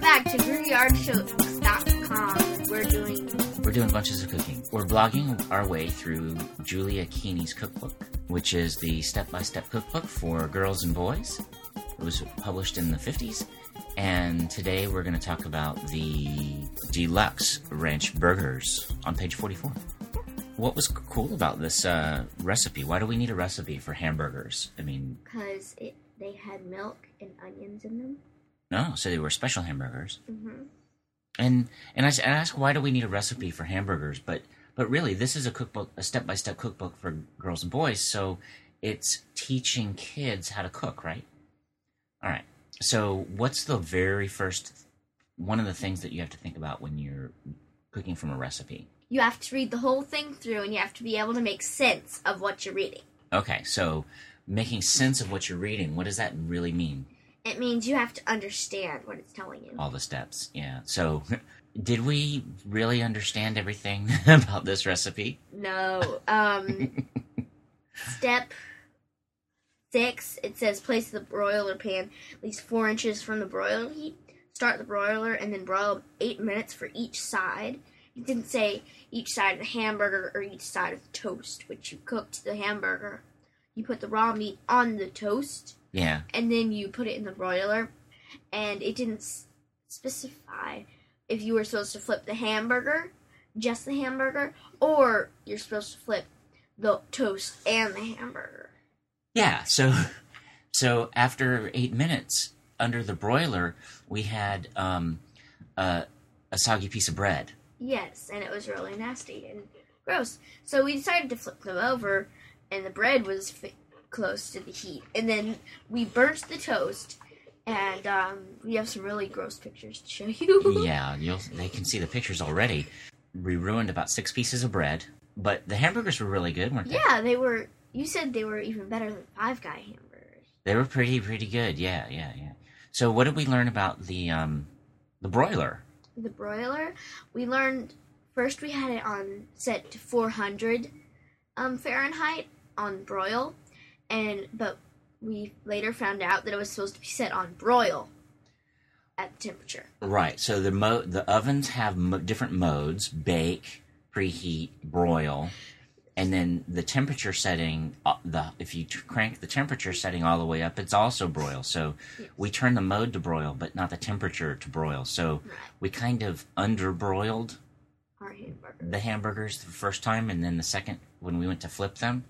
back to GroovyArtShow.com. We're doing We're doing bunches of cooking. We're vlogging our way through Julia Keeney's cookbook, which is the step by step cookbook for girls and boys. It was published in the 50s. And today we're going to talk about the deluxe ranch burgers on page 44. What was cool about this uh, recipe? Why do we need a recipe for hamburgers? I mean, because it they had milk and onions in them. no, so they were special hamburgers. hmm And and I, s- and I ask why do we need a recipe for hamburgers? But but really, this is a cookbook, a step by step cookbook for girls and boys. So it's teaching kids how to cook, right? All right. So what's the very first one of the things that you have to think about when you're cooking from a recipe? You have to read the whole thing through, and you have to be able to make sense of what you're reading. Okay, so making sense of what you're reading. What does that really mean? It means you have to understand what it's telling you. all the steps. Yeah. So, did we really understand everything about this recipe? No. Um, step six, it says place the broiler pan at least four inches from the broiler heat. Start the broiler and then broil eight minutes for each side. It didn't say each side of the hamburger or each side of toast, which you cooked the hamburger. You put the raw meat on the toast Yeah. and then you put it in the broiler. And it didn't s- specify if you were supposed to flip the hamburger, just the hamburger, or you're supposed to flip the toast and the hamburger. Yeah. So, so after eight minutes under the broiler, we had um, a, a soggy piece of bread. Yes, and it was really nasty and gross. So we decided to flip them over, and the bread was f- close to the heat. And then we burnt the toast, and um, we have some really gross pictures to show you. yeah, you'll they can see the pictures already. We ruined about six pieces of bread, but the hamburgers were really good, weren't they? yeah, they were. You said they were even better than Five Guy hamburgers. They were pretty, pretty good. Yeah, yeah, yeah. So, what did we learn about the um, the broiler? the broiler, we learned first we had it on set to 400 um, Fahrenheit on broil, and but we later found out that it was supposed to be set on broil at temperature. Right. So the mo- the ovens have mo- different modes: bake, preheat, broil, and then the temperature setting. Uh, the if you t- crank the temperature setting all the way up, it's also broil. So we turn the mode to broil, but not the temperature to broil. So Right, we kind of under broiled our hamburger. the hamburgers the first time, and then the second when we went to flip them,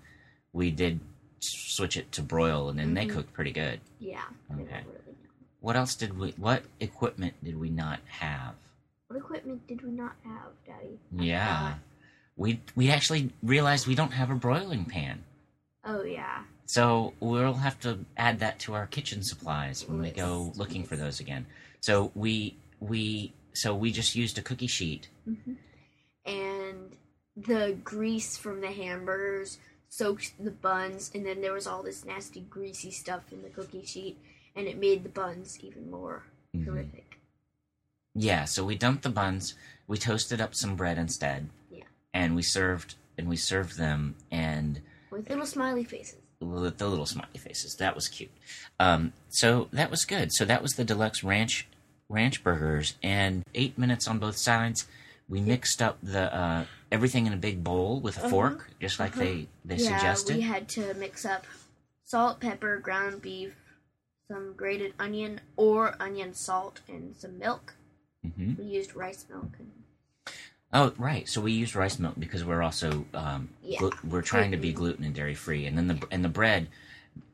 we did s- switch it to broil, and then they Mhm. cooked pretty good. Yeah. we don't Okay. really know. What else did we? What equipment did we not have? What equipment did we not have, Daddy? Yeah. Uh, We we actually realized we don't have a broiling pan. Oh yeah. So we'll have to add that to our kitchen supplies when we go Yes, looking for yes. those again. So we we so we just used a cookie sheet. hmm And the grease from the hamburgers soaked the buns, and then there was all this nasty, greasy stuff in the cookie sheet, and it made the buns even more Mm-hmm. horrific. Yeah, so we dumped the buns, we toasted up some bread instead. Yeah. And we served and we served them and With little smiley faces. li- the little smiley faces. That was cute. Um, so that was good. So that was the deluxe ranch ranch burgers, and eight minutes on both sides. We mixed up the uh, everything in a big bowl with a Uh-huh. fork, just like they they suggested. we had to mix up salt, pepper, ground beef, some grated onion or onion salt, and some milk. hmm We used rice milk. And Oh, right. So we used rice milk because we're also um, Yeah. glu- we're trying to be gluten and dairy free, and then the and the bread.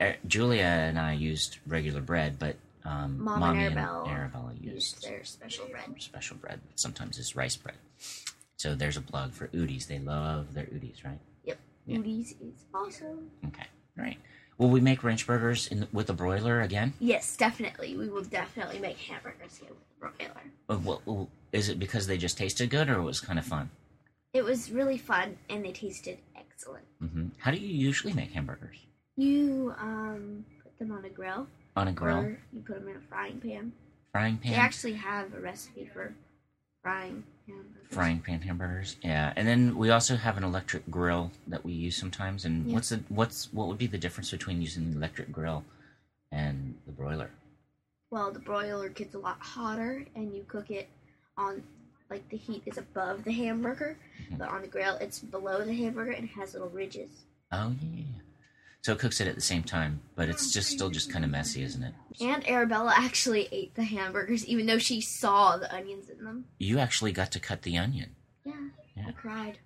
Uh, Julia and I used regular bread, but um, Mom and mommy and Arabella Arabella used used their special bread. special bread. Sometimes it's rice bread. So there's a plug for Udis. They love their Udis, right? Yeah. Moody's is awesome. Okay, right. Will we make ranch burgers in with a broiler again? Yes, definitely. We will definitely make hamburgers here with the broiler. Uh, well, well, Is it because they just tasted good, or it was kind of fun? It was really fun and they tasted excellent. hmm How do you usually make hamburgers? You um put them on a grill, On a grill, or you put them in a frying pan. frying They pan, actually have a recipe for frying hamburgers. frying pan hamburgers. Yeah, and then we also have an electric grill that we use sometimes. And Yeah. what's the what's what would be the difference between using the electric grill and the broiler? Well, the broiler gets a lot hotter, and you cook it on like the heat is above the hamburger, Mhm. but on the grill it's below the hamburger and it has little ridges. Oh yeah. So it cooks it at the same time, but it's just still just kind of messy, isn't it? And Arabella actually ate the hamburgers, even though she saw the onions in them. You actually got to cut the onion. Yeah, Yeah. I cried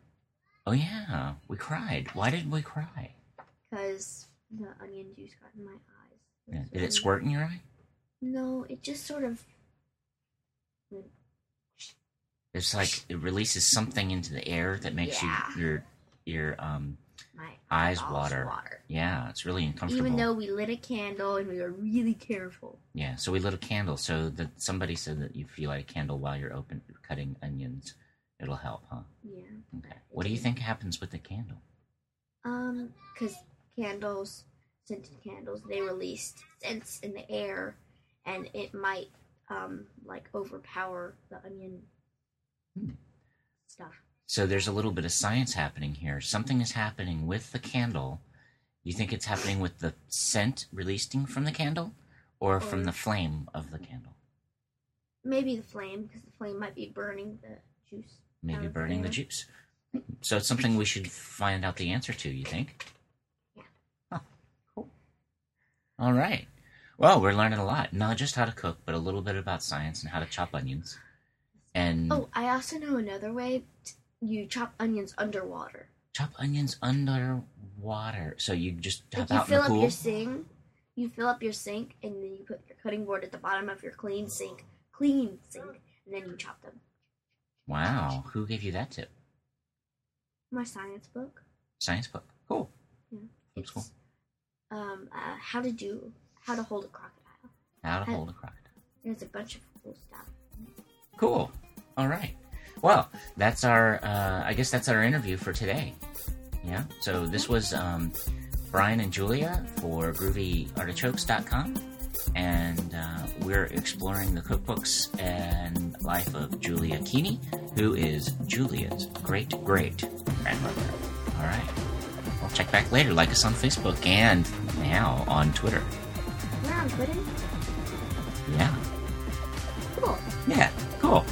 Oh yeah, we cried. Why did we cry? because the onion juice got in my eyes. Yeah. was Did it really- squirt in your eye? No, it just sort of. It's like it releases something into the air that makes Yeah. you your your um My eyes eyeballs water. water. Yeah, it's really uncomfortable. Even though we lit a candle and we were really careful. yeah, so we lit a candle so that somebody said that if you light a candle while you're open cutting onions, it'll help, huh? Yeah. Okay. What do you think happens with the candle? Um, because candles, scented candles, they released scents in the air, and it might um like overpower the onion Hmm. stuff. So there's a little bit of science happening here. Something is happening with the candle. You think it's happening with the scent releasing from the candle or from Or- the flame of the candle? Maybe the flame, because the flame might be burning the juice. Maybe Um, burning the yeah. juice. So it's something we should find out the answer to, you think? Yeah. Huh. Cool. All right. Well, we're learning a lot. Not just how to cook, but a little bit about science and how to chop onions. And Oh, I also know another way. t- You chop onions underwater. chop onions underwater. So you just Like hop you out in fill the up pool. your sink, you fill up your sink, and then you put your cutting board at the bottom of your clean sink, clean sink, and then you chop them. Wow. Who gave you that tip? My science book. Science book. Cool. Yeah. That's cool. It's, um, uh, how to do how to hold a crocodile. How to I- hold a crocodile. There's a bunch of cool stuff. Cool. All right. Well, that's our. Uh, I guess that's our interview for today. Yeah. So this was um, Brian and Julia for GroovyArtichokes.com, and uh, we're exploring the cookbooks and life of Julia Keeney, who is Julia's great great grandmother. All right. Well, check back later. Like us on Facebook and now on Twitter. Wow, good. Yeah. Cool. Yeah. Cool.